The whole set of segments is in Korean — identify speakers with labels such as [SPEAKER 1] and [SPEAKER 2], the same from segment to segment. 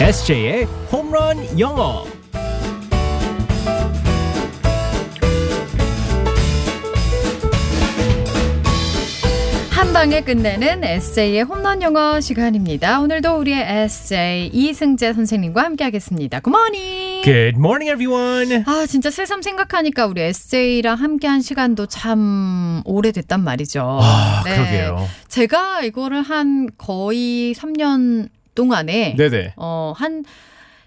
[SPEAKER 1] SJ의 홈런 영어.
[SPEAKER 2] 한 방에 끝내는 에세이의 홈런 영어 시간입니다. 오늘도 우리의 에세이 이승재 선생님과 함께하겠습니다. 굿모닝.
[SPEAKER 1] Good morning, everyone.
[SPEAKER 2] 아 진짜 새삼 생각하니까 우리 에세이랑 함께한 시간도 참 오래됐단 말이죠.
[SPEAKER 1] 아,
[SPEAKER 2] 네.
[SPEAKER 1] 그러게요.
[SPEAKER 2] 제가 이거를 한 거의 3년 동안에
[SPEAKER 1] 네네.
[SPEAKER 2] 어한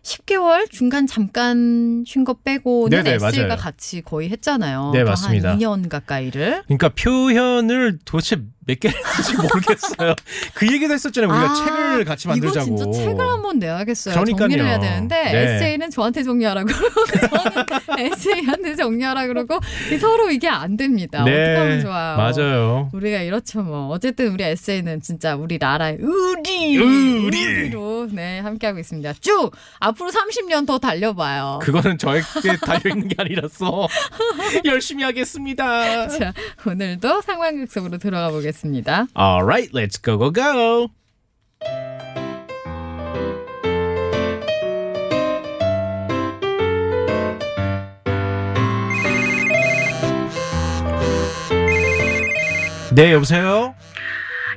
[SPEAKER 2] 10개월 중간 잠깐 쉰 거 빼고는
[SPEAKER 1] 네네,
[SPEAKER 2] 에세이가
[SPEAKER 1] 맞아요.
[SPEAKER 2] 같이 거의 했잖아요.
[SPEAKER 1] 네,
[SPEAKER 2] 그러니까
[SPEAKER 1] 맞습니다.
[SPEAKER 2] 한 2년 가까이를.
[SPEAKER 1] 그러니까 표현을 도대체 몇 개를 했는지 모르겠어요. 그 얘기도 했었잖아요. 우리가
[SPEAKER 2] 아,
[SPEAKER 1] 책을 같이 만들자고.
[SPEAKER 2] 이거 진짜 책을 한번 내야겠어요.
[SPEAKER 1] 그러니까요.
[SPEAKER 2] 정리를 해야 되는데
[SPEAKER 1] 네.
[SPEAKER 2] 에세이는 저한테 정리하라고 그러고 저는 에세이한테 정리하라 그러고 서로 이게 안 됩니다.
[SPEAKER 1] 네,
[SPEAKER 2] 어떻게 하면 좋아요.
[SPEAKER 1] 맞아요.
[SPEAKER 2] 우리가 이렇죠 뭐 어쨌든 우리 에세이는 진짜 우리 나라의 우리
[SPEAKER 1] 우리.
[SPEAKER 2] 우리로 네 함께하고 있습니다. 쭉 앞으로 30년 더 달려봐요.
[SPEAKER 1] 그거는 저에게 달려있는 게 아니라서 열심히 하겠습니다.
[SPEAKER 2] 자 오늘도 상황극 속으로 들어가 보겠습니다.
[SPEAKER 1] Alright, let's go, go, go. 네, 여보세요?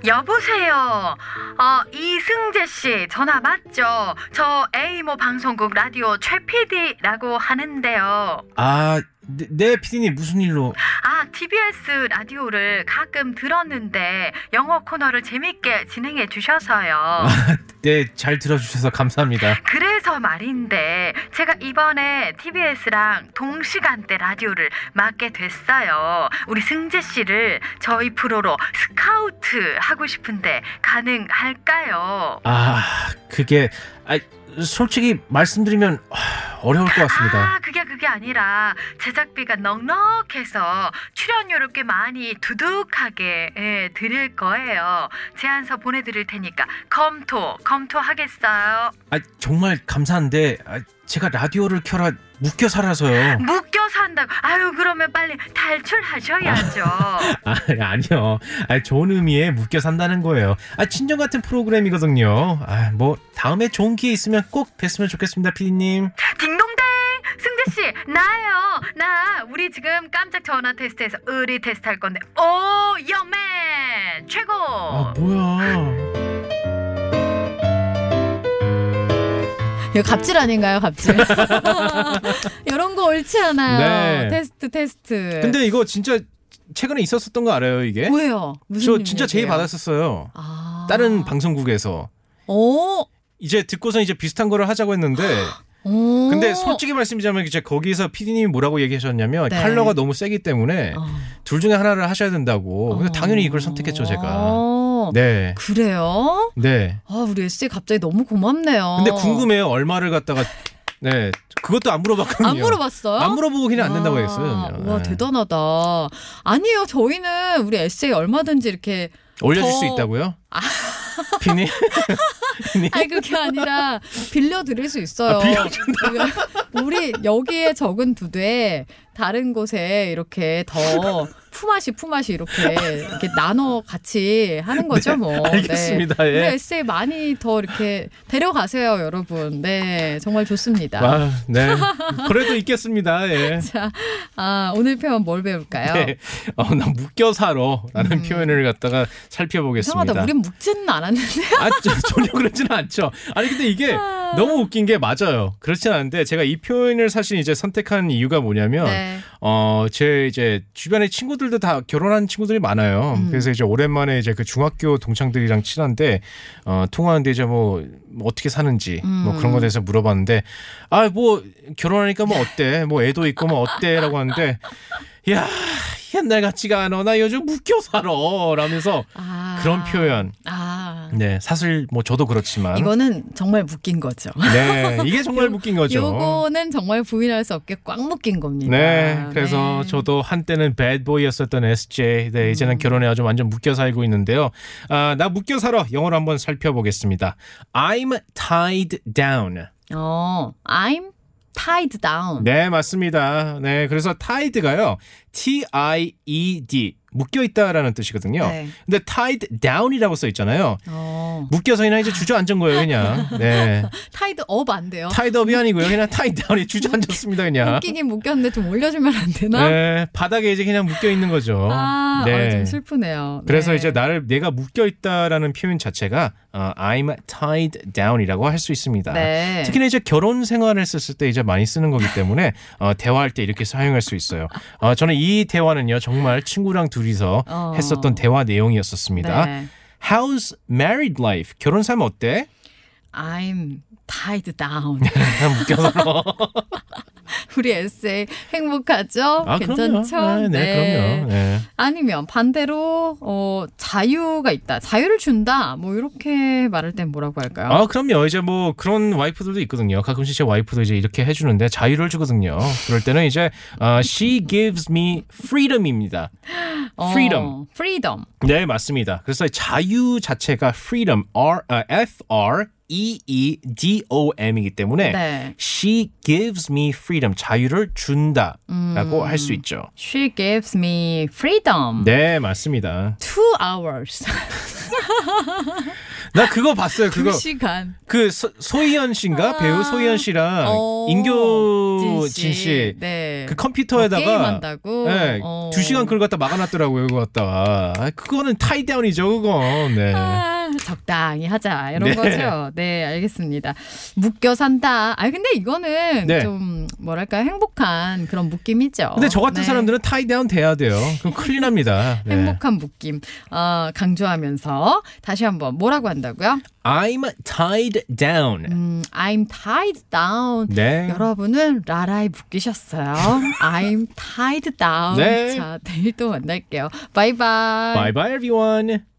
[SPEAKER 2] 여보세요. 어, 이승재 씨 전화 맞죠? 저 A모 방송국 라디오 최 PD라고 하는데요.
[SPEAKER 1] 아, 네, 네 피디님, 무슨 일로?
[SPEAKER 2] 아, TBS 라디오를 가끔 들었는데 영어 코너를 재밌게 진행해 주셔서요.
[SPEAKER 1] 네, 잘 들어주셔서 감사합니다.
[SPEAKER 2] 그래서 말인데 제가 이번에 TBS랑 동시간대 라디오를 맡게 됐어요. 우리 승재 씨를 저희 프로로 스카우트 하고 싶은데 가능할까요?
[SPEAKER 1] 아, 그게, 아, 솔직히 말씀드리면 아, 어려울 것 같습니다.
[SPEAKER 2] 아, 그게 그게 아니라 제작비가 넉넉해서 출연료를 꽤 많이 두둑하게 예, 드릴 거예요. 제안서 보내드릴 테니까 검토 검토하겠어요.
[SPEAKER 1] 아, 정말 감사한데, 아, 제가 라디오를 켜라 묶여 살아서요.
[SPEAKER 2] 묶여 산다고. 아유 그러면 빨리 탈출하셔야죠.
[SPEAKER 1] 아, 아니요. 아, 좋은 의미에 묶여 산다는 거예요. 아, 친정 같은 프로그램이거든요. 아, 뭐 다음에 좋은 기회 있으면 꼭 뵀으면 좋겠습니다, 피디님.
[SPEAKER 2] 딩동댕 승재 씨 나요 나 우리 지금 깜짝 전화 테스트에서 의리 테스트 할 건데 오 여맨 최고.
[SPEAKER 1] 아, 뭐야?
[SPEAKER 2] 이거 갑질 아닌가요, 갑질? 이런 거 옳지 않아요.
[SPEAKER 1] 네.
[SPEAKER 2] 테스트, 테스트.
[SPEAKER 1] 근데 이거 진짜 최근에 있었었던 거 알아요, 이게?
[SPEAKER 2] 왜요? 뭐, 무슨
[SPEAKER 1] 저
[SPEAKER 2] 일이에요?
[SPEAKER 1] 진짜 제의 받았었어요.
[SPEAKER 2] 아. 어?
[SPEAKER 1] 다른 방송국에서
[SPEAKER 2] 오.
[SPEAKER 1] 이제 듣고서 이제 비슷한 거를 하자고 했는데
[SPEAKER 2] 오.
[SPEAKER 1] 근데 솔직히 말씀드리자면 이제 거기서 피디님이 뭐라고 얘기하셨냐면
[SPEAKER 2] 네.
[SPEAKER 1] 컬러가 너무 세기 때문에
[SPEAKER 2] 어.
[SPEAKER 1] 둘 중에 하나를 하셔야 된다고. 근데
[SPEAKER 2] 어.
[SPEAKER 1] 당연히 이걸 선택했죠, 제가.
[SPEAKER 2] 어.
[SPEAKER 1] 네.
[SPEAKER 2] 그래요?
[SPEAKER 1] 네.
[SPEAKER 2] 아, 우리 에스 갑자기 너무 고맙네요.
[SPEAKER 1] 근데 궁금해요. 얼마를 갖다가 네 그것도 안 물어봤거든요.
[SPEAKER 2] 안 물어봤어요?
[SPEAKER 1] 안 물어보고 그냥 안 된다고
[SPEAKER 2] 아,
[SPEAKER 1] 했어요. 그냥.
[SPEAKER 2] 와
[SPEAKER 1] 네.
[SPEAKER 2] 대단하다. 아니에요, 저희는 우리 에세이 얼마든지 이렇게
[SPEAKER 1] 올려줄
[SPEAKER 2] 더- 아.
[SPEAKER 1] 수 있다고요? 피니
[SPEAKER 2] 아니 그게 아니라 빌려 드릴 수 있어요.
[SPEAKER 1] 아, 빌려준다.
[SPEAKER 2] 우리 여기에 적은 두대 다른 곳에 이렇게 더 품앗이 품앗이 이렇게 이렇게 나눠 같이 하는 거죠 뭐. 네.
[SPEAKER 1] 알겠습니다.
[SPEAKER 2] 우리
[SPEAKER 1] 예.
[SPEAKER 2] 에세이 많이 더 이렇게 데려가세요, 여러분. 네, 정말 좋습니다.
[SPEAKER 1] 와, 네. 그래도 있겠습니다. 예.
[SPEAKER 2] 자, 아, 오늘 표현 뭘 배울까요?
[SPEAKER 1] 네. 어, 나 묶여 살어라는
[SPEAKER 2] 음.
[SPEAKER 1] 표현을 갖다가
[SPEAKER 2] 이상하다.
[SPEAKER 1] 살펴보겠습니다.
[SPEAKER 2] 우린 묵지는 않았는데.
[SPEAKER 1] 아, 저- 전혀 그러지는 않죠. 아니 근데 이게 너무 웃긴 게 맞아요. 그렇진 않은데 제가 이 표현을 사실 이제 선택한 이유가 뭐냐면
[SPEAKER 2] 네.
[SPEAKER 1] 어, 제 이제 주변에 친구들도 다 결혼한 친구들이 많아요.
[SPEAKER 2] 음.
[SPEAKER 1] 그래서 이제 오랜만에 이제 그 중학교 동창들이랑 친한데, 어, 통화하는데 이제 뭐, 뭐 어떻게 사는지, 뭐
[SPEAKER 2] 음.
[SPEAKER 1] 그런 거에 대해서 물어봤는데, 아, 뭐, 결혼하니까 뭐 어때? 뭐 애도 있고 뭐 어때? 라고 하는데, 야, 옛날 같지가 않아. 나 요즘 묶여 살아. 라면서
[SPEAKER 2] 아.
[SPEAKER 1] 그런 표현.
[SPEAKER 2] 아.
[SPEAKER 1] 네, 사실 뭐 저도 그렇지만.
[SPEAKER 2] 이거는 정말 묶인 거죠.
[SPEAKER 1] 네, 이게 정말 묶인 거죠.
[SPEAKER 2] 요거는 정말 부인할 수 없게 꽉 묶인 겁니다.
[SPEAKER 1] 네, 그래서
[SPEAKER 2] 네.
[SPEAKER 1] 저도 한때는 배드보이였었던 SJ, 네, 이제는
[SPEAKER 2] 음.
[SPEAKER 1] 결혼해 아주 완전 묶여 살고 있는데요. 아, 나 묶여 살아 영어로 한번 살펴보겠습니다. I'm tied down.
[SPEAKER 2] 어, I'm tied down.
[SPEAKER 1] 네, 맞습니다. 네, 그래서 tied가요, T I E D. 묶여 있다라는 뜻이거든요.
[SPEAKER 3] 네.
[SPEAKER 1] 근데 tied down이라고 써 있잖아요.
[SPEAKER 3] 어.
[SPEAKER 1] 묶여서 그냥 이제 주저앉은 거예요, 그냥. 네.
[SPEAKER 3] 타이드 업 안 돼요?
[SPEAKER 1] tied up이 아니고요. 그냥 tied down이 주저앉았습니다, 그냥.
[SPEAKER 3] 웃기긴 묶였는데 좀 올려주면 안 되나?
[SPEAKER 1] 네, 바닥에 이제 그냥 묶여 있는 거죠.
[SPEAKER 3] 아,
[SPEAKER 1] 네.
[SPEAKER 3] 어, 좀 슬프네요.
[SPEAKER 1] 그래서
[SPEAKER 3] 네.
[SPEAKER 1] 이제 나를 내가 묶여 있다라는 표현 자체가 어, I'm tied down이라고 할 수 있습니다.
[SPEAKER 3] 네.
[SPEAKER 1] 특히나 이제 결혼 생활을 했을 때 이제 많이 쓰는 거기 때문에 어, 대화할 때 이렇게 사용할 수 있어요. 어, 저는 이 대화는요 정말 친구랑 둘이서
[SPEAKER 3] 어.
[SPEAKER 1] 했었던 대화 내용이었었습니다.
[SPEAKER 3] 네.
[SPEAKER 1] How's married life? 결혼 삶 어때?
[SPEAKER 3] I'm tied down.
[SPEAKER 1] 묶여서
[SPEAKER 3] 우리 에세이 행복하죠?
[SPEAKER 1] 아 그럼요. 네,
[SPEAKER 3] 괜찮죠?
[SPEAKER 1] 네, 그럼요. 네.
[SPEAKER 3] 아니면 반대로 어, 자유가 있다. 자유를 준다. 뭐 이렇게 말할 땐 뭐라고 할까요?
[SPEAKER 1] 아 그럼요. 이제 뭐 그런 와이프들도 있거든요. 가끔씩 제 와이프도 이제 이렇게 해주는데 자유를 주거든요. 그럴 때는 이제 어, she gives me freedom입니다. freedom.
[SPEAKER 3] 어, freedom.
[SPEAKER 1] 네, 맞습니다. 그래서 자유 자체가 freedom, R, 아, F, R, E, E, D, O, M이기 때문에
[SPEAKER 3] 네.
[SPEAKER 1] she gives me freedom, 자유를 준다
[SPEAKER 3] 음.
[SPEAKER 1] 라고 할 수 있죠.
[SPEAKER 3] She gives me freedom.
[SPEAKER 1] 네, 맞습니다.
[SPEAKER 3] Two hours.
[SPEAKER 1] 나 그거 봤어요.
[SPEAKER 3] 두
[SPEAKER 1] 그거.
[SPEAKER 3] 시간. 아.
[SPEAKER 1] 그 소, 소희연 씨인가? 배우 소희연 씨랑
[SPEAKER 3] 어,
[SPEAKER 1] 아, 임교진 씨.
[SPEAKER 3] 네.
[SPEAKER 1] 그 컴퓨터에다가
[SPEAKER 3] 게임 한다고.
[SPEAKER 1] 네,
[SPEAKER 3] 어.
[SPEAKER 1] 두 시간 그걸 갖다 막아놨더라고요. 그거 갖다가 아, 그거는 타이다운이죠. 그건 네.
[SPEAKER 3] 아, 적당히 하자 이런
[SPEAKER 1] 네.
[SPEAKER 3] 거죠. 네, 알겠습니다. 묶여 산다. 아 근데 이거는
[SPEAKER 1] 네.
[SPEAKER 3] 좀 뭐랄까 행복한 그런 묶임이죠.
[SPEAKER 1] 근데 저 같은
[SPEAKER 3] 네.
[SPEAKER 1] 사람들은 타이다운 돼야 돼요. 그럼 큰일 납니다. 네.
[SPEAKER 3] 행복한 묶임 어, 강조하면서 다시 한번 뭐라고 한다고요?
[SPEAKER 1] I'm tied down.
[SPEAKER 3] 음, I'm tied down.
[SPEAKER 1] 네.
[SPEAKER 3] 여러분은 라라에 묶이셨어요. I'm tied down.
[SPEAKER 1] 네.
[SPEAKER 3] 자, 내일 또 만날게요. 바이바이.
[SPEAKER 1] Bye bye everyone.